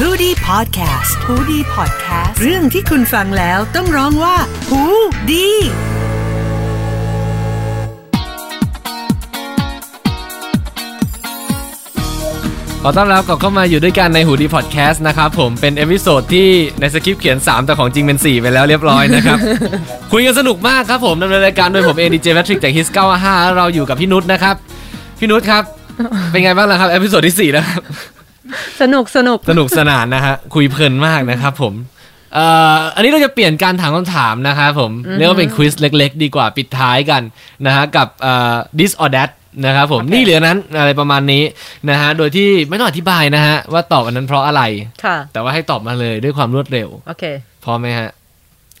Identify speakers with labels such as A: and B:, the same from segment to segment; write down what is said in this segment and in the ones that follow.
A: h o ดี้พอดแคสต์ฮูดี้พอดแคสต์เรื่องที่คุณฟังแล้วต้องร้องว่าหูดี
B: ขอต้อนรับกลับเข้ามาอยู่ด้วยกันในหูดีพอดแคสต์นะครับผมเป็นเอพิโซดที่ในสคริปต์เขียน 3 แต่ของจริงเป็น 4 ไปแล้วเรียบร้อยนะครับ คุยกันสนุกมากครับผมดำเนินรายการโดยผมเอดีเจแพทริกจากฮิส95เราอยู่กับพี่นุชนะครับ พี่นุชครับ เป็นไงบ้างล่ะครับเอพิโซดที่ 4 แล้วครับ
C: สนุกสนุก
B: สนุกสนานนะฮะคุยเพลินมากนะครับผมเอ่ออันนี้เราจะเปลี่ยนการถามคำถามนะครับผมเรียกว่าเป็นควิสเล็ก ๆ ดีกว่าปิดท้ายกันนะฮะกับเอ่อ this or that นะครับผมนี่เหลือนั้นอะไรประมาณนี้นะฮะโดยที่ไม่ต้องอธิบายนะฮะว่าตอบอันนั้นเพราะอะไร
C: ค่ะ
B: แต่ว่าให้ตอบมาเลยด้วยความรวดเร็ว
C: โอเค
B: พร้อมไหมฮะ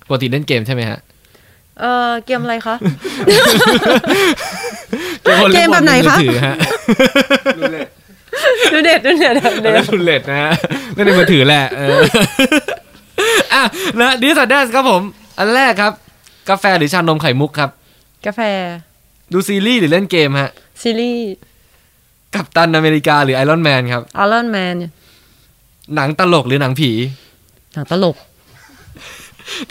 B: ปกติเล่นเกมใช่ไหมฮะ
C: เออเกมอะไรคะ
B: คนล่
C: เกมแบบไหนคะ
B: มือถือฮะ
C: ดูเด็ดดูเด็ดดู
B: อัน
C: เด็
B: นั้
C: ด
B: นทุนเลดนะฮะเล่นในมือถือแหละเออ อ่ะนะดิสอดแดสครับผม อันแรกครับ กาแฟหรือชานมไข่มุกครับ
C: กาแฟ
B: ดูซีรีส์หรือเล่นเกมฮะ
C: ซีรีส์
B: กัปตันอเมริกาหรือไอรอนแมนครับ
C: อารอนแมน
B: หนังตลกหรือหนังผี
C: หนังตลก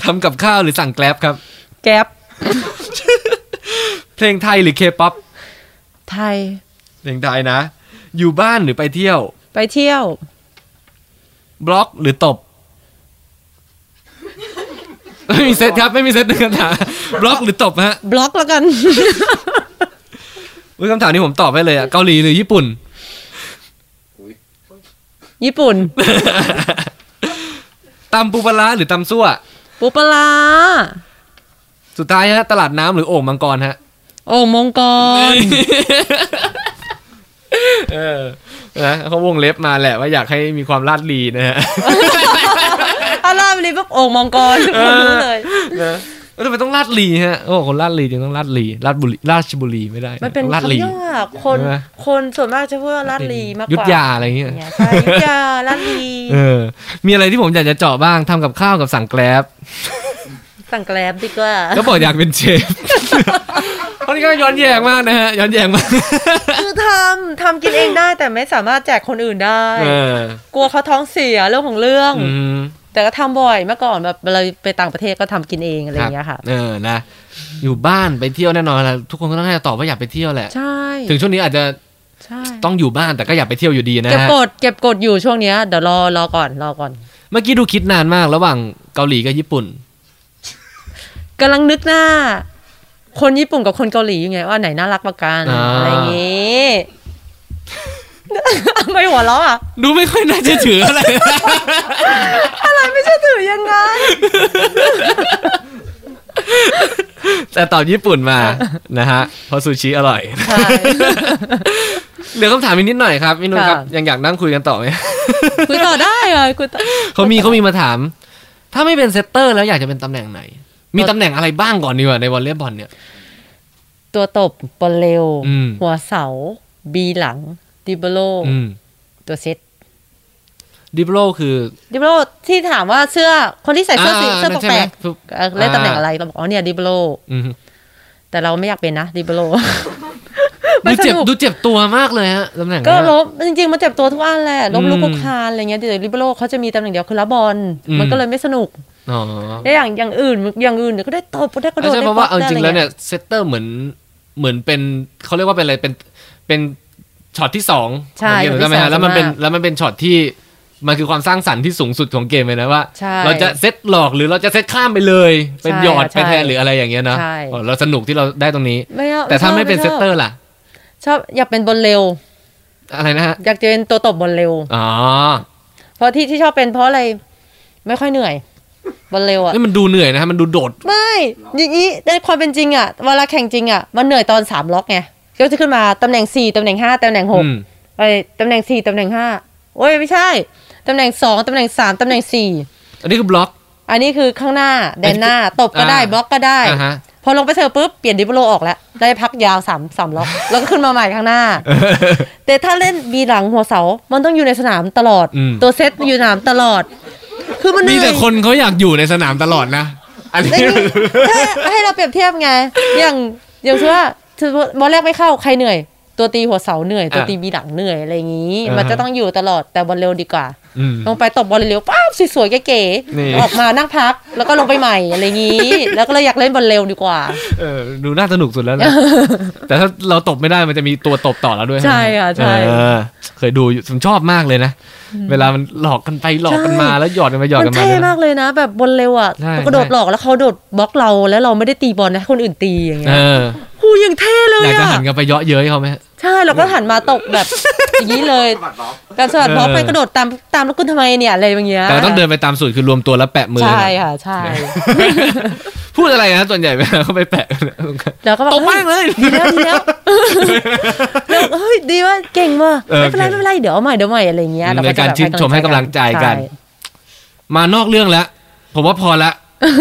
B: ทำกับข้าวหรือสั่งแกลบครับ
C: แก๊ป
B: เพลงไทยหรือเคป๊อป
C: ไทย
B: เพลงไทยนะ อยู่บ้านหรือไปเที่ยว
C: ไปเที่ยว
B: บล็อกหรือตบ ไม่มีเซตครับ ไม่มีเซตหนึ่งคำถามบล็อกหรือตบฮะ
C: บล็อกแล้วกัน
B: อุ๊ยคำถามนี้ผมตอบให้เลยอะเกาหลีหรือญี่ปุ่น
C: ญี่ปุ่น
B: ตำปูปลาร้าหรือตำซั่ว
C: ปูปลาร้า
B: สุดท้ายฮะ ตลาดน้ำหรือโอ่งมังกรฮะ
C: โอ่งมงก ร
B: เออนะเขาวงเล็บมาแหละว่าอยากให้มีความลาดลีนะฮะ
C: อารอนไปเลยปุ๊บโอ่งมงกรทุกคนรู้เลย
B: นะเออทำไมต้องลาดลีฮะโอ้คนลาดลีจึงต้องลาดลีลาดบุรีราชบุรีไม่ได้
C: มันเป็น
B: ต้องลาดลี
C: คำยากคน
B: ใช่ไหม
C: คนส่วนมากจะพูดว่าลาดลีมากกว่า
B: ยุทธยาอะไรอย่างเงี้ย
C: เนี่ยใช่ยุทธยาลาดลี
B: เออ มีอะไรที่ผมอยากจะเจาะบ้างทำกับข้าวกับสั่งแกล บ
C: สั่งแกร็บดีกว่า
B: ก็บอกอยากเป็นเชฟ ตอนนี้ก็ย้อนแยงมากนะฮะย้อนแยงมาก
C: คือทำทำกินเองได้แต่ไม่สามารถแจกคนอื่นได้
B: เออก
C: ลัวเขาท้องเสียเรื่องของเรื่อง
B: อืม
C: แต่ก็ทำบ่อยเมื่อก่อนแบบเราไปต่างประเทศก็ทำกินเองอะไรอย่างเงี้ยค่ะ
B: รับเออ นะ อยู่บ้านไปเที่ยวแน่นอนแหละทุกคนก็ต้องให้ตอบว่าอยากไปเที่ยวแหละ
C: ใช่
B: ถึงช่วงนี้อาจจะ
C: ใช่
B: ต้องอยู่บ้านแต่ก็อยากไปเที่ยวอยู่ดีนะ
C: เก็บ
B: ฮะ
C: กดเก็บกดอยู่ช่วงเนี้ยเดี๋ยวรอรอก่อนรอก่อน
B: เมื่อกี้ดูคิดนานมากระหว่างเกาหลีกับญี่ปุ่น
C: กำลังนึกหน้า คนญี่ปุ่นกับคนเกาหลีอยู่ไงว่าไหนน่ารักกว่ากัน
B: อ่า
C: อะไรอย่างงี้ ไม่หัวเราะอ่ะ
B: ดูไม่ค่อยน่าเชื่อถืออะไร
C: ไม่ใช่ถือยังไง
B: แต่ตอบญี่ปุ่นมา นะฮะ เพราะซูชิอร่อย
C: ใช่
B: เหลือคำถามอีกนิดหน่อยครับพี่นุ่นครับ
C: ค่ะ
B: ยังอยากนั่งคุยกันต่อไหม
C: คุยต่อได้เหรอคุยต่อ
B: เขามีเขามีมาถาม ถ้าไม่เป็นเซตเตอร์แล้วอยากจะเป็นตำแหน่งไหน มีตำแหน่งอะไรบ้างก่อนดีกว่าในวอลเลย์บอลเนี่ย
C: ตัวตบบอลเร็ว
B: อืม
C: หัวเสา บีหลัง ดิเบโล
B: อืม
C: ตัวเซต
B: ดิบโลคือ
C: ดิเบโลที่ถามว่าเสื้อคนที่ใส่เสื้อสีเสื้อแปลกๆเอ่อเล่นตำแหน่งอะไรเราบอกอ๋อเนี่ยดิเบโล
B: อืม
C: แต่เราไม่อยากเป็นนะดิ เบโล มั
B: ดู
C: นส
B: เจ็บ
C: นุก
B: ดูเจ็บตัวมากเลยฮะตำแหน่ง
C: ก็
B: นั้นอะ
C: ลบจริง ๆ มันเจ็บตัวทุกอันแหละลบลูก
B: อืม
C: คุกคานอะไรเงี้ยแต่ดิเบโลเขาจะมีตำแหน่งเดียวคือรับบอล
B: อืม
C: มันก็เลยไม่สนุก
B: อ๋อ
C: แต่อย่างอย่างอื่นอย่างอื่นเดี๋ยวก็ได้ตบได้กระโดด
B: ใช่
C: ได้
B: เพราะว่าเอาจริงแล้วเนี่ย ยเซตเตอร์เหมือนเหมือนเป็นเขาเรียกว่าเป็นอะไรเป็นเป็นช็อตที่สอง
C: ใช่
B: ของเกมถูกไหมฮะแล้วมันเป็นแล้วมันเป็นช็อตที่มันคือความสร้างสรรค์ที่สูงสุดของเกมเลยนะว่า
C: ใช่
B: เราจะเซตหลอกหรือเราจะเซตข้ามไปเลย เป็น
C: ใช่
B: หยอด
C: ใช่
B: ไปแทนหรืออะไรอย่างเงี้ยนะ
C: ใช่
B: อ๋อเราสนุกที่เราได้ตรงนี้
C: ไม่เอา
B: แต่ถ้าไม่เป็น
C: ช
B: เซ
C: อบ
B: ตเตอร์ล่ะ
C: ชอบอยากเป็นบอลเร็ว
B: อะไรนะฮะ
C: อยากจะเป็นตัวตบบอลเร็ว
B: อ๋อ
C: เพราะที่ที่ชอบเป็นเพราะอะไรไม่ค่อยเหนื่อยบอลเร็วอะ
B: นี่มันดูเหนื่อยนะฮะมันดูโดด
C: ไม่อย่างนี้ในความเป็นจริงอะเวลาแข่งจริงอะมันเหนื่อยตอนสามล็อกไงก็จะขึ้นมาตำแหน่งสี่ตำแหน่งห้าตำแหน่งหก
B: อืม
C: ไอ้ยตำแหน่งสี่ตำแหน่งห้าโอ้ยไม่ใช่ตำแหน่งสองตำแหน่งสามตำแหน่งสี่
B: อันนี้คือบล็อก
C: อันนี้คือข้างหน้าแดนหน้าตบก็ได้
B: อ่า
C: บล็อกก็ได้
B: อ่าฮะ
C: พอลงไปเซอร์ปุ๊บเปลี่ยนดิปโลออกแล้วได้พักยาวสามสาม ล็อก แล้วก็ขึ้นมาใหม่ข้างหน้า แต่ถ้าเล่นบีหลังหัวเสา มันต้องอยู่ในสนามตลอด
B: อืม
C: ตัวเซตอยู่สนามตลอด คือมันเห
B: มี
C: นื่อย
B: แต่คนเขาอยากอยู่ในสนามตลอดนะอันนี้
C: ได้ไงให้ให้เราเปรียบเทียบไง อย่างอย่างเช่นว่าถือว่าบอลแรกไม่เข้าใครเหนื่อย ตัวตีหัวเสาเหนื่อย ตัว
B: อ่ะ
C: ตีบีหลังเหนื่อยอะไรอย่างนี้
B: อ่าฮะ
C: มันจะต้องอยู่ตลอดแต่บอลเร็วดีกว่า
B: อืม
C: ลงไปตบบอลเร็วๆป้าบสวยๆเก๋
B: นี่
C: ๆออกมานั่งพักแล้วก็ลงไปใหม่อะไรอย่างนี้ แล้วก็เลยอยากเล่นบอลเร็วดีกว่า
B: เออดูน่าสนุกสุด แล้วนะ แต่ถ้าเราตบไม่ได้มันจะมีตัวตบต่อแล้วด้วย
C: ใช่ค่ะใช่
B: เออเคยดูอยู่ผมชอบมากเลยนะ เวลามันหลอกกันไปหลอกกันมาแล้วหยอดกันไปหยอด
C: มั
B: กัน
C: น
B: มา
C: เท่
B: เนี่ยนะ
C: มากเลยนะ แบบบอลเร็วอ่ะ
B: ใช่
C: มันกระโดดหลอกแล้วเขาโดดบล็อกเราแล้วเราไม่ได้ตีบอลนะคนอื่นตีอย่างเงี้
B: เอย อ
C: หูยอย่างเท่เลย
B: อยากจะ
C: อ่ะ
B: หันกลับไปเยาะเย้ยเขาไหม
C: ใช่เราก็หันมาตบแบบ อย่างนี้เลยการสะบัดบล็อก
B: เออ
C: ไปกระโดดตามตามแล้วคุณทำไมเนี่ยอะไรอย่างเงี้ย
B: แต่ต้องเดินไปตามสูตรคือรวมตัวแล้วแปะมือ
C: ใช่ ค่ะใช่
B: พูดอะไรนะส่วนใหญ่เวลา เขาไปแปะ
C: แล้วก็แบบ
B: ตบแม่งเลย
C: ดีแล้วดี แล้วแล้วเฮ้ยดีว่าเก่งว่ะ
B: เออ
C: ไม่เป็น
B: เก่ง
C: ไรไม่เป็นไรเดี๋ยวเอาใหม่เดี๋ยวเอาใหม่อะไรอย่างเงี้ย
B: อืม
C: เราก็
B: ในการ
C: จะแบบ
B: ชื่นชมให้กำลังใจกัน
C: ช่
B: มานอกเรื่องแล้วผมว่าพอละ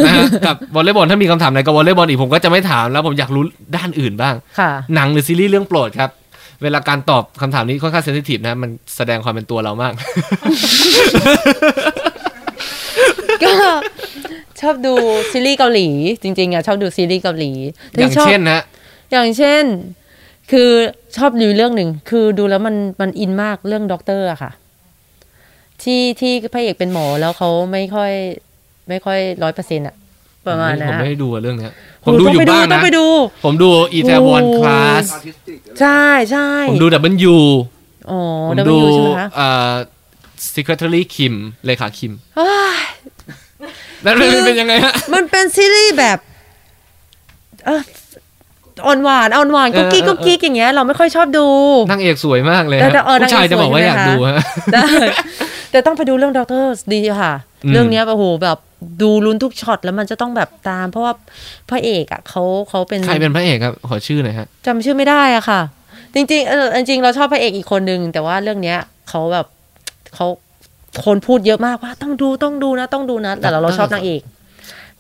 B: นะฮะ กับวอลเลย์บอลถ้ามีคำถามไหนกับวอลเลย์บอลอีกผมก็จะไม่ถามแล้วผมอยากรู้ด้านอื่นบ้าง
C: ค่ะ
B: หนังหรือซีรีส์เรื่องโปรดครับ เวลาการตอบคำถามนี้ค่อนข้างเซนซิทีฟนะ มันแสดงความเป็นตัวเรามาก
C: ก็ชอบดูซีรีส์เกาหลีจริงๆอ่ะชอบดูซีรีส์เกาหลีแต่
B: อย่าง
C: ชบ
B: เช่นนะ
C: อย่างเช่น คือชอบดูเรื่องหนึ่งคือดูแล้วมันมันอินมากเรื่องด็อกเตอร์อะค่ะ ที่ที่พระเอกเป็นหมอแล้วเขาไม่ค่อย ไม่ค่อยร้อยเปอร์เซ็นต์อะประมาณนะ
B: ผมไม่ได้ดูอะเรื่องเนี้ย ผมดู
C: ต้
B: อยู่
C: ไป
B: บ้าง
C: ต้อ
B: นะ
C: งไปดู
B: ผมดูอีแทวอน
C: โอ้
B: คลาส
C: ใช่ใช่
B: ผมดูดับเบิลยู
C: อ๋อ
B: ผม
C: ดู
B: ดู
C: ใช่ไหมคะ
B: เอ่อ secretary Kim เลขาคิม
C: อ้าย
B: นั่นเป็นเป็นยังไงฮะ
C: มันเป็นซีรีส์แบบเอ่ออ่อนหวานอ่อนหวานกุ๊กกิ๊ก
B: เออ
C: กุ๊ก
B: เออ
C: กิ๊กอย่างเงี้ยเราไม่ค่อยชอบดู
B: นางเอกสวยมากเลย
C: แต่
B: ฮะ
C: แต่เออนาง
B: ผู้ชาย
C: เอกสวย
B: จะบอกว่า
C: ใช่
B: อ
C: ไหม
B: ยาก
C: คะ
B: ดูฮะ
C: ได้แต่ต้องไปดูเรื่องดรดีค่ะ
B: อืม
C: เรื่องเนี้ยโอ้โหแบบดูลุ้นทุกช็อตแล้วมันจะต้องแบบตาม เพราะว่าพระเอกอ่ะเขาเขาเป็น
B: ใครเป็นพระเอกครับ ขอชื่อหน่อยฮะ
C: จำชื่อไม่ได้อ่ะค่ะ จริงๆเออจริงๆเราชอบพระเอกอีกคนนึง แต่ว่าเรื่องเนี้ยเขาแบบเขาคนพูดเยอะมากว่าต้องดูต้องดูนะต้องดูนะ แต่เราเราชอบนางเอก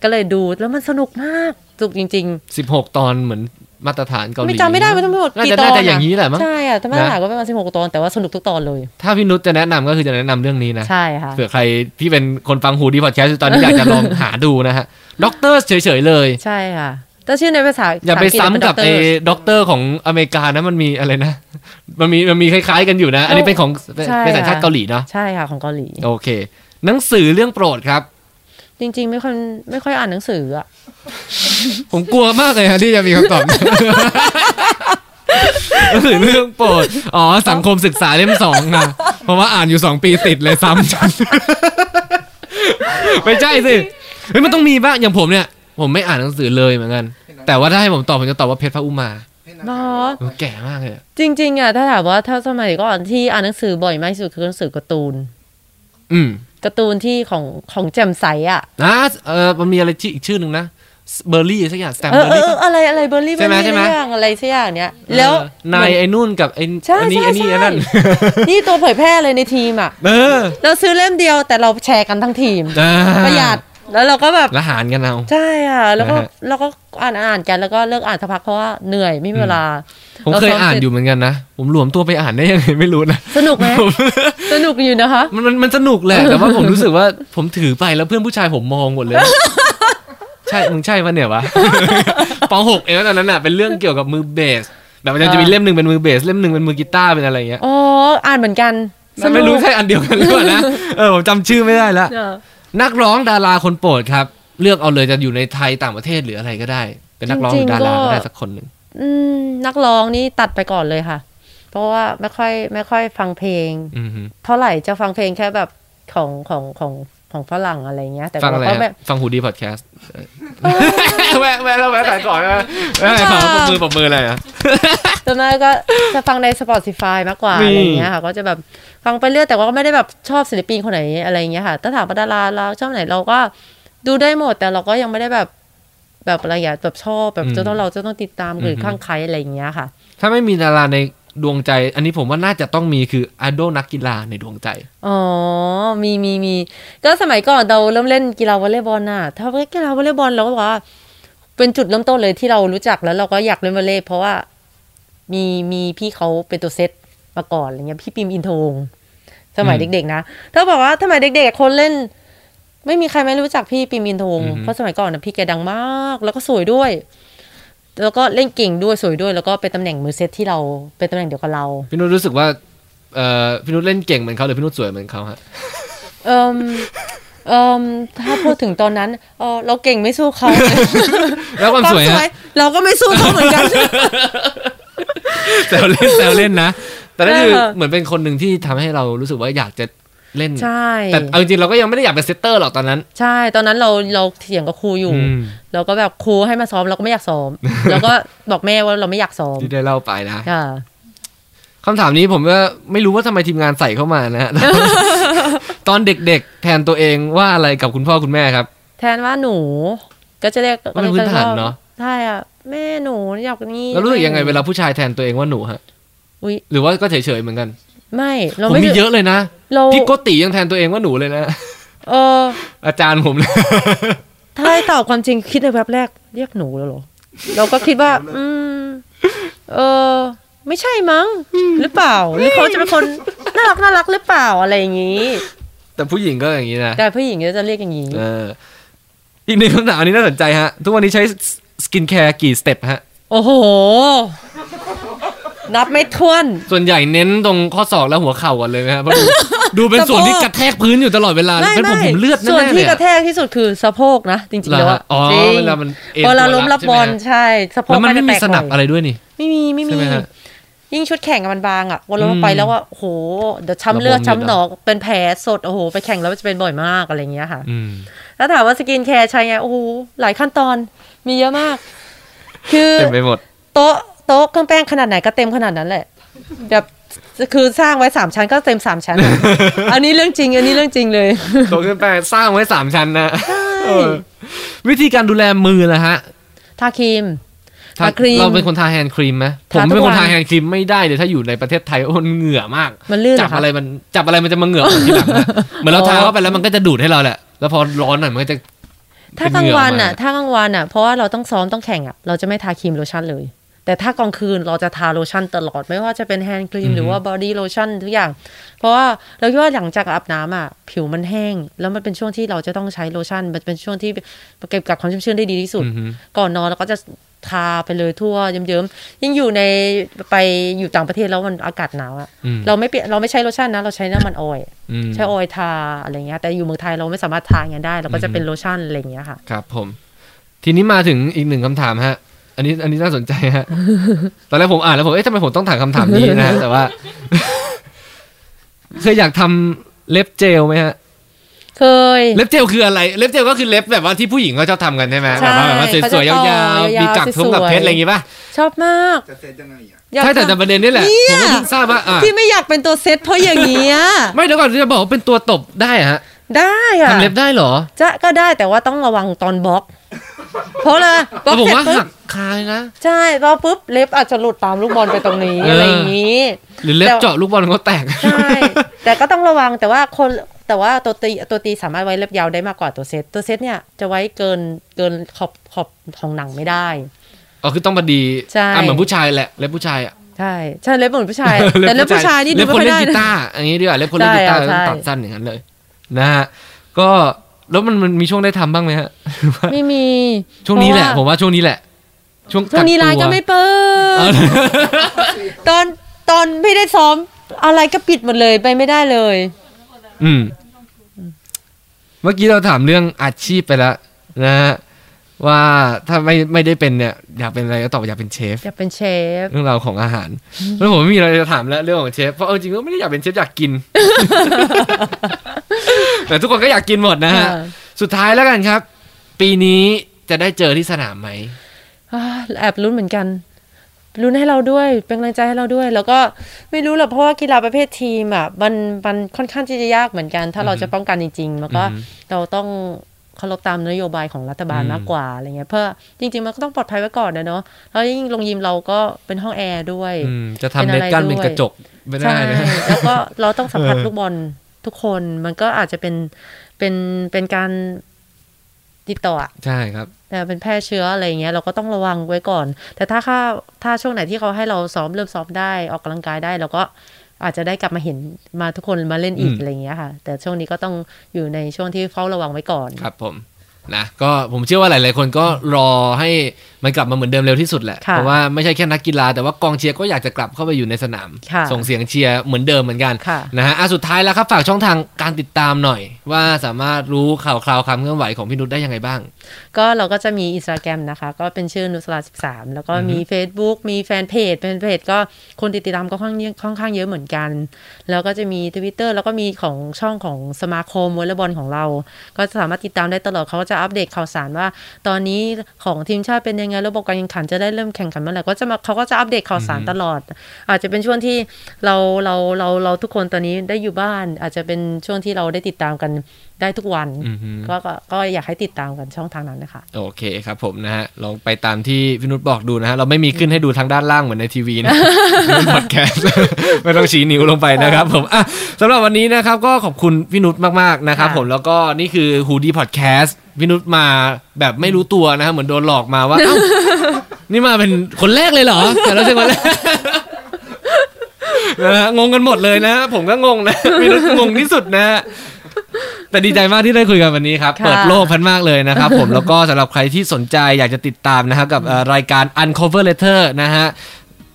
C: ก็เลยดูแล้วมันสนุกมากสนุกจริง
B: 16 ตอนเหมือนมาตรฐานเกาห
C: ๆ
B: ลี
C: ไม่จำไม่ได้มันทั้งหมด
B: น่า
C: กี่
B: จะ
C: ตอ
B: น่าน จะอย่างนี้
C: นี้
B: แหละมั้ง
C: ใช่อ่ะแต่ไม่
B: นะ
C: หาก็ประมาณสิบหกตอนแต่ว่าสนุกทุกตอนเลย
B: ถ้าพี่นุชจะแนะนำก็คือจะแนะนำเรื่องนี้นะ
C: ใช่ค่ะ
B: เผื่อใครที่เป็นคนฟังหูดีพอดแคสต์อยู่ตอนนี้อยากจะลองหาดูนะฮ ะด็อกเตอร์เฉยๆเลย
C: ใช่ค่ะแต่ชื่อในภาษา
B: อย่าไป
C: ภษ
B: ซ้ำ
C: งฤษเป็น
B: กับไอ้
C: Doctor
B: ด็อกเตอร์ของอเมริกานะมันมีอะไรนะ มันมีมันมีคล้ายๆกันอยู่นะ อันนี้เป็นของ
C: ใช่
B: เป็นสัญชาติ
C: ค่ะ
B: เกาหลีเนาะ
C: ใช่ค่ะของเกาหลี
B: โอเค หนังสือเรื่องโปรดครับ
C: จริง ๆ ไม่ค่อยไม่ค่อยอ่านหนังสืออ่ะ
B: ผมกลัวมากเลยฮะที่จะมีค ำตอบ หนังสือเรื่องโปรด อ๋อ สังคมศึกษาเล่มสองนะเพราะว่าอ่านอยู่สองปีติดเลยซ้ำจัน ไม่ใช่สิเฮ้ยมันต้องมีบ้างอย่างผมเนี่ย ผมไม่อ่านหนังสือเลยเหมือนกัน แต่ว่าถ้าให้ผมตอบผมจะตอบว่าเพชรพระอุมา
C: เนาะ
B: โอ้แก่มากเลยอะ
C: จริง ๆอ่ะถ้าถามว่าถ้าสมัยก่อนที่อ่านหนังสือบ่อยมากที่สุดคือหนังสือการ์ตูน
B: อืม
C: การ์ตูนที่ของของแจ่มใสอ่ะ
B: นะเออมันมีอะไรที่อีกชื่อหนึ่งนะเบอร์รี่สักอย่างสแตม
C: เอ
B: เบอร์
C: อเอ
B: รี่
C: อเอออะไรอะไรเบอร์รี่
B: ใช่
C: เบอ
B: ไหม
C: ร์รี่
B: ใช่ไหม
C: อย่างอะไรสักอย่างเนี้ยแล้ว
B: นายไอ้นู่นกับไอ้
C: ใช่
B: อันนี้
C: ใช่
B: ไอ้นี่
C: ใช่
B: ไอ้นั่น
C: นี่ตัวเผยแพร่เลยในทีมอ่ะ
B: เออ
C: เราซื้อเล่มเดียวแต่เราแชร์กันทั้งทีม
B: อ่า
C: ประหยัดแล้วเราก็แบบ
B: และหารกันเอา
C: ใช่ค่ะแล้วก็
B: นะฮะ
C: เราก็อ่านอ่านกันแล้วก็เลิกอ่านสักพักเพราะว่าเหนื่อยไม่มีเวลา
B: ผม
C: เรา
B: เคย
C: ซ้อม
B: อ่าน
C: เสร็จ
B: อยู่เหมือนกันนะ ผมหลวมตัวไปอ่านได้ยังไง ไม่รู้นะ
C: สนุกไหม
B: ผม
C: สนุกอยู่นะคะ
B: มันมันมันสนุก แหละ แต่ว่าผมรู้สึกว่าผมถือไปแล้วเพื่อนผู้ชายผมมองหมด เลย ใช่ มึงใช่ปะเนี่ยวะ ปหกเองนะตอนนั้นน่ะ เป็นเรื่องเกี่ยวกับมือเบส แบบมันจะมี
C: อ่า
B: เล่มหนึ่งเป็นมือเบส เล่มหนึ่งเป็นมือกีตาร์เป็นอะไรอย่างเงี้ย
C: อ๋ออ่านเหมือนกันส
B: มัน
C: นุก
B: ไม่รู้ใช่อันเดียวกันหรือเปล่า นะ เออผมจำชื่อไม่ได้ละ
C: เออ
B: นักร้องดาราคนโปรดครับ เลือกเอาเลยจะอยู่ในไทยต่างประเทศหรืออะไรก็ได้ เป็นนักร้องหรือดาราก็ได้สักคนหนึ่ง
C: อืมนักร้องนี่ตัดไปก่อนเลยค่ะ เพราะว่าไม่ค่อยไม่ค่อยฟังเพลง
B: อือฮึ
C: เท่าไหร่จะฟังเพลงแค่แบบของของของของฝรั่งอะไรเงี้ย แต่
B: ฟังอะไร
C: เราก็
B: ฮะ
C: แบบ
B: ฟังหูดีพอดแคสต์แวะแวะแล้วแวะขายของนะแวะขายของปรบมือปรบมืออะไรอ่ะ
C: ส่วนมากก็จะฟังใน Spotify มากกว่า
B: นี่
C: อะไรอย่างเงี้ยค่ะ ก็จะแบบฟังไปเรื่อยแต่ว่าก็ไม่ได้แบบชอบศิลปินคนไหนอะไรอย่างเงี้ยค่ะถ้าถามว่าดาราเราชอบไหนเราก็ดูได้หมด แต่เราก็ยังไม่ได้แบบแบบอะไรอย่างเงี้ยแบบชอบแบบจะต้องเราจะต้องติดตามหรือข้างใครอะไรอย่างเงี้ยค่ะ
B: ถ้าไม่มีดาราในดวงใจ อันนี้ผมว่าน่าจะต้องมีคือไอดอลนักกีฬาในดวงใจ
C: อ๋อ มีมีมี ก็สมัยก่อนเราเริ่มเล่นกีฬาวอลเลย์บอลน่ะ ถ้าเล่นกีฬาวอลเลย์บอลเราก็บอกว่า เป็นจุดเริ่มต้นเลยที่เรารู้จักแล้วเราก็อยากเล่นวอลเลย์เพราะว่ามีมีพี่เขาเป็นตัวเซตมาก่อนอะไรเงี้ยพี่ปิมอินโทง สมัย
B: อืม
C: เด็กๆนะถ้าบอกว่าสมัยเด็กๆคนเล่น ไม่มีใครไม่รู้จักพี่ปิมอินโทง
B: อือหือ
C: เพราะสมัยก่อนนะพี่แกดังมาก แล้วก็สวยด้วย แล้วก็เล่นเก่งด้วยสวยด้วย แล้วก็เป็นตำแหน่งมือเซตที่เราเป็นตำแหน่งเดียวกับเรา
B: พี่นุชรู้สึกว่าเอ่อพี่นุชเล่นเก่งเหมือนเขาหรือพี่นุชสวยเหมือนเขาฮะ
C: เอิมเอิมถ้าพูดถึงตอนนั้นเออเราเก่งไม่สู้เขา
B: แล้ว ความสวยฮะ
C: เราก็ไม่สู้เขาเหมื อนกัน
B: แซวเล่นแซวเล่นนะ แต่นั่นคือ
C: เออ
B: เหมือนเป็นคนหนึ่งที่ทำให้เรารู้สึกว่าอยากจะเล่น
C: ใช่
B: แต่เอาจริงๆเราก็ยังไม่ได้อยากเป็นเซตเตอร์หรอกตอนนั้น
C: ใช่ ตอนนั้นเราเราเถียงกับครูอยู่
B: อืม
C: เราก็แบบครูให้มาซ้อมเราก็ไม่อยากซ้อม เราก็บอกแม่ว่าเราไม่อยาก ซ้อม
B: ที่ได้เล่าไปนะ
C: ค่ะ
B: คำถามนี้ผมก็ไม่รู้ว่าทำไมทีมงานใส่เข้ามานะฮะ ตอนเด็กๆ แทนตัวเองว่าอะไรกับคุณพ่อคุณแม่ครับ
C: แทนว่าหนูก็จะเรียก
B: มันเป็นพื้นฐานเนอะ
C: ใช่อ่ะแม่หนูอยากนี่
B: แล้วรู้สึกยังไงเวลาผู้ชายแทนตัวเองว่าหนูฮะ
C: อุ๊ย
B: หรือว่าก็เฉยๆเหมือนกัน
C: ไม่
B: ผ
C: เรา
B: ม
C: ไม่
B: มีเยอะเลยนะ
C: เรา
B: พี่โกติยังแทนตัวเองว่าหนูเลยนะ
C: เออ
B: อาจารย์ผมเลย
C: ถ้าให้ตอบความจริงคิดในแวบแรกเรียกหนูแล้วเหรอ เราก็คิดว่า อืม เออ ไม่ใช่มั้ง หรือเปล่า หรือเขาจะเป็นคนน่ารักน่ารักหรือเปล่าอะไรอย่างนี้
B: แต่ผู้หญิงก็อย่างนี้นะ
C: แต่ผู้หญิงก็จะเรียกอย่างนี้
B: เอออีกหนึ่งคำถามอันนี้น่าสนใจฮะ ทุกวันนี้ใช้สกินแคร์กี่สเต็ปฮะ
C: โอ้โห นับไม่ถ้วน
B: ส่วนใหญ่เน้นตรงข้อศอกและหัวเข่าก่อนเลยไหมฮะเพราะดู ดูเป็นส่วนที่กระแทกพื้นอยู่ตลอดเวลาเป็นผมผมเลือด
C: ส่วน
B: แน่ๆเล
C: ที่
B: ย
C: ก
B: อะ
C: ระแทกที่สุดคือสะโพกนะ จริงๆ
B: เหรอ
C: แล้วอะ
B: อ๋อ
C: จริง
B: เวลามันเอ็น
C: เวลา
B: ตัว
C: ล้ม
B: รั
C: รั
B: บบ ใช่ไหม
C: บอลใช่ สะโพก
B: แล้วมันไม่
C: จะ
B: มี
C: แตก
B: สนับ
C: บ่อย
B: อะไรด้วยนี่
C: ไม่มีไม่
B: ใช่
C: มี
B: ไหมฮะ
C: ยิ่งชุดแข่งอะมันบางอะวันล
B: อื
C: ง
B: ม
C: ไปแล้วว่าโอ้โหเดี๋ยวช้ำเลือด
B: ระบมอยู่นะ
C: ช้ำหนองเป็นแผลสดโอ้โหไปแข่งแล้วมันจะเป็นบ่อยมากอะไรอย่างเงี้ยค่ะ
B: อืม
C: แล้วถามว่าสกินแคร์ใช้ไงโอ้โหหลายขั้นตอนมีเยอะมาก คือ
B: เต็มไปหมด
C: โต๊ะโต๊ะเครื่องแป้งขนาดไหนก็เต็มขนาดนั้นแหละแบบคือสร้างไว้สามชั้นก็เต็มสามชั้น อันนี้เรื่องจริง อันนี้เรื่องจริงเลย
B: ตกขึ้นไปสร้างไว้สามชั้นนะเออวิธีการดูแลมือนะฮะ
C: ทาครีม ทาครีม
B: เราเป็นคนทาแฮนด์ครีมไหมผ
C: ทาม
B: เป็นคน
C: ทุกวัน
B: ทาแฮนด์ครีมไม่ได้เลยถ้าอยู่ในประเทศไทยโอ้ยเหงื่อมาก
C: มันลื่นเหรอ
B: จับ
C: คะ
B: อะไรมันจับอะไรมันจะมาเหงื่อออกทีหลังนะเหมือนเราทาเข้าไปแล้วมันก็จะดูดให้เราแหละ แล้วพอร้อนหน่อยมันก็จะ
C: ถ้ากลางวันอ่ะ
B: เป็นเหงื่อออกมา
C: ถ้ากลางวันอ่ะ เพราะว่าเราต้องซ้อมต้องแข่งอ่ะ เราจะไม่ทาครีมโลชั่นเลย แต่ถ้ากลางคืนเราจะทาโลชั่นตลอด ไม่ว่าจะเป็นแฮนด์ครีมหรือว่าบอดี้โลชั่นทุกอย่าง เพราะว่าเราคิดว่าหลังจากอาบน้ำอ่ะ ผิวมันแห้ง แล้วมันเป็นช่วงที่เราจะต้องใช้โลชั่น มันเป็นช่วงที่เก็บกักความชุ่มชื้นได้ดีที่สุด
B: อือฮึ
C: ก่อนนอนเราก็จะทาไปเลยทั่วเยิ้มๆยิ่งอยู่ในไปอยู่ต่างประเทศแล้วมันอากาศหนาวอ่ะ
B: อืม
C: เราไม่เปลี่ยนเราไม่ใช้โลชั่นนะ เราใช้น้ำมันออยล์
B: อืม
C: ใช้ออยล์ทาอะไรเงี้ย แต่อยู่เมืองไทยเราไม่สามารถทาอย่างนั้นได้ เราก็จะเป็นโลชั่นอะไรเงี้ยค่ะ
B: ครับผม ทีนี้มาถึงอีกหนึ่งคำถามฮะ อันนี้อันนี้น่าสนใจฮะ ตอนแรกผมอ่านแล้วผมเอ๊ะทำไมผมต้องถามคำถามนี้ นะฮะ แต่ว่า เคยอยากทำเล็บเจลไหมฮะ
C: เคย
B: เล็บเจลคืออะไร เล็บเจลก็คือเล็บแบบว่าที่ผู้หญิงเขาชอบทำกันใช่ไหม
C: ใช่
B: แบบว่าแบบว่าสวยๆยา
C: เขาจะต่
B: ว
C: อ
B: ๆ มีกัก
C: ยาวๆ
B: ทุ้มกับ
C: สวยๆ
B: เพชรอะไรอย่างงี้ป่ะ
C: ชอบมาก
D: จะเซ็ตยังไงอ่ะ
C: อยาก
B: ใช่แต่แต่ประเด็นนี่แหละ ผมก็เพิ่งทราบว่าอ่ะ
C: ที่ไม่อยากเป็นตัวเซตเพราะอย่างนี้ย
B: ไม่เดี๋ยวก่อนจะบอกว่าเป็นตัวตบได้อะฮะ
C: ได้อะ
B: ทำเล็บได้เหรอ
C: จะก็ได้แต่ว่าต้องระวังตอนบล็อก เพราะอะไรบล็
B: แต่
C: อก
B: ผม
C: เสร็จ
B: ว่า
C: ปุ๊
B: หั
C: บ
B: กคาเลยนะ
C: ใช่บล็อกปุ๊บเล็บอาจจะหลุดตามลูกบอลไปตรงนี้
B: เอออ
C: อะไรอย่างนี้
B: หรือเล็บ
C: แต่
B: เจาะลูกบอลเขาแตก
C: ใช่แต่ก็ต้องระวังแต่ว่าคนแต่ว่าตัวตีตัวตีสามารถไว้เล็บยาวได้มากกว่าตัวเซตตัวเซตเนี่ยจะไว้เกินเกินขอบขอบของหนังไม่ได้
B: อ๋อคือต้องพอดี
C: ใช่
B: อ่ะเหมือนผู้ชายแหละเล็บผู้ชายอ่ะ
C: ใช่ใช่เล็บเหมือนผู้ชายแต่เล็บผู้ชายนี่ดู
B: เล็บ
C: ไม่
B: คน
C: ค่อย
B: เล่น
C: ได้
B: กี
C: นะ
B: ตาร์อย่างนี้ดีกว่าเล็บคนเล่นกีตาร์
C: ใช่
B: ต้อง
C: ค่ะใช่
B: ตัดสั้นอย่างนั้นเลย นะฮะก็แล้วมันมันมีช่วงได้ทำบ้างไหมฮะ หรือว่า
C: ไม่มี
B: ช่วงนี้แหละ ผมว่าช่วงนี้แหละ ช่วง
C: ช่วงนี้ร้านก็ไม่เปิด
B: เอา
C: ตอนตอนไม่ได้ซ้อมอะไรก็ปิดหมดเลยไปไม่ได้เลย
B: อืม เมื่อกี้เราถามเรื่องอาชีพไปแล้วนะฮะว่าถ้าไม่ไม่ได้เป็นเนี่ย อยากเป็นอะไรก็ตอบว่าอยากเป็นเชฟ
C: อยากเป็นเชฟ
B: เรื่องราวของอาหาร แล้วผมไม่มีอะไรจะถามแล้วเรื่องของเชฟ เพราะเอาจริงก็ไม่ได้อยากเป็นเชฟอยาก กิน แต่ทุกคนก็อยากกินหมดนะฮะ
C: ค่ะ
B: สุดท้ายแล้วกันครับ ปีนี้จะได้เจอที่สนามไหม
C: อ่าแอบลุ้นเหมือนกันลุ้นให้เราด้วยเป็นกำลังใจให้เราด้วย แล้วก็ไม่รู้หรอกเพราะว่ากีฬาประเภททีมอ่ะมันมันค่อนข้างที่จะยากเหมือนกัน ถ้าเราจะป้องกันจริงๆแล้วก็
B: อือฮึ
C: เราต้องเคารพตามนโยบายของรัฐบาล
B: อืม
C: มากกว่าอะไรเงี้ยเพื่อจริง ๆ มันก็ต้องปลอดภัยไว้ก่อนนะเนาะแล้วยิ่งโรงยิมเราก็เป็นห้องแอร์ด้วย
B: อืมจะทำเล็บกั้นเป็นกระจกไม่ได้
C: ใช่
B: นะ
C: แล้วก็เราต้องสัมผัส
B: เออ
C: ลูกบอลทุกคนมันก็อาจจะเป็นเป็นเป็นการติดต่ออะ
B: ใช่ครับ
C: แต่เป็นแพร่เชื้ออะไรอย่างเงี้ยเราก็ต้องระวังไว้ก่อน แต่ถ้าค่าถ้าช่วงไหนที่เขาให้เราซ้อมเริ่มซ้อมได้ออกกำลังกายได้เราก็อาจจะได้กลับมาเห็นมาทุกคนมาเล่นอีก
B: อืม
C: อะไรอย่างเงี้ยค่ะ แต่ช่วงนี้ก็ต้องอยู่ในช่วงที่เฝ้าระวังไว้ก่อน
B: ครับผม นะก็ผมเชื่อว่าหลาย ๆ คนก็รอให้มันกลับมาเหมือนเดิมเร็วที่สุดแหละ
C: ค่ะ
B: เพราะว่าไม่ใช่แค่นักกีฬาแต่ว่ากองเชียร์ก็อยากจะกลับเข้าไปอยู่ในสนาม
C: ค่ะ
B: ส่งเสียงเชียร์เหมือนเดิมเหมือนกัน
C: ค่ะ
B: นะฮะอ่ะสุดท้ายแล้วครับฝากช่องทางการติดตามหน่อย ว่าสามารถรู้ข่าวคราวความเคลื่อนไหวของพี่นุชได้ยังไงบ้าง
C: ก็เราก็จะมีอินสตาแกรมนะคะ ก็เป็นชื่อนุสราสิบสามแล้วก็มี Facebook มีแฟนเพจแฟนเพจก็คนติดตามก็ค่อนข้างค่อนข้างเยอะเหมือนกัน แล้วก็จะมี Twitter แล้วก็มีของช่องของสมาคมวอลเลย์บอลของเรา ก็สามารถติดตามได้ตลอดเขาก็จะอัปเดตข่าวสารว่า ตอนนี้ของทีมชาติเป็นยังไงระบบการแข่งขันจะได้เริ่มแข่งขันเมื่อไหร่ก็จะมาเขาก็จะอัปเดตข่าวสารตลอด อาจจะเป็นช่วงที่เราเราเราเราทุกคนตอนนี้ได้อยู่บ้าน อาจจะเป็นช่วงที่เราได้ติดตามกันได้ทุกวัน
B: อือฮึ
C: ก็ก็ก็อยากให้ติดตามกันช่องทางนั้นนะคะ
B: โอเคครับผมนะฮะลองไปตามที่พี่นุชบอกดูนะฮะเราไม่มีขึ้นให้ดูทางด้านล่างเหมือนในทีวีนะ เป็นพอดแคสต์ ไม่ต้องชี้นิ้วลงไปนะครับผมอ่ะสำหรับวันนี้นะครับก็ขอบคุณพี่นุชมากๆนะครับ
C: ค่ะ
B: ผมแล้วก็นี่คือฮูดี้พอดแคสต์พี่นุชมาแบบไม่รู้ตัวนะฮะเหมือนโดนหลอกมาว่าเอ้า นี่มาเป็นคนแรกเลยเหรอแต่เราใช่คนแรก นะฮะงงกันหมดเลยนะ ผมก็งง นะพี่นุชงงที่สุดนะ แต่ดีใจมากที่ได้คุยกันวันนี้ครับ
C: ค่ะ
B: เปิดโลกพันมากเลยนะครับผม แล้วก็สำหรับใครที่สนใจอยากจะติดตามนะครับกับเอ่อรายการ Uncover Letter นะฮะ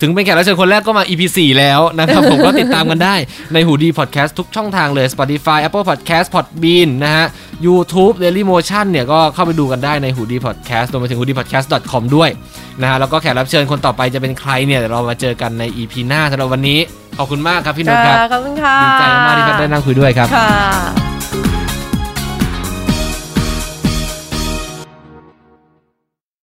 B: ถึงเป็นแขกรับเชิญคนแรกก็มา EP 4 แล้ว นะครับ ผมก็ติดตามกันได้ในหูดีพอดแคสต์ทุกช่องทางเลย Spotify Apple Podcast Podbean นะฮะ YouTube Daily Motion เนี่ยก็เข้าไปดูกันได้ในหูดีพอดแคสต์รวมไปถึงหูดีพอดแคสต์ .com ด้วยนะฮะแล้วก็แขกรับเชิญคนต่อไปจะเป็นใครเนี่ยเดี๋ยวเรามาเจอกันใน EP หน้าสำหรับวันนี้ขอบคุณมากครับพี่นุชครับ
C: ะขอบคุณค่ะ
B: ดีใจมากที่ได้นั่งคุยด้วยครับ
C: ค่ะ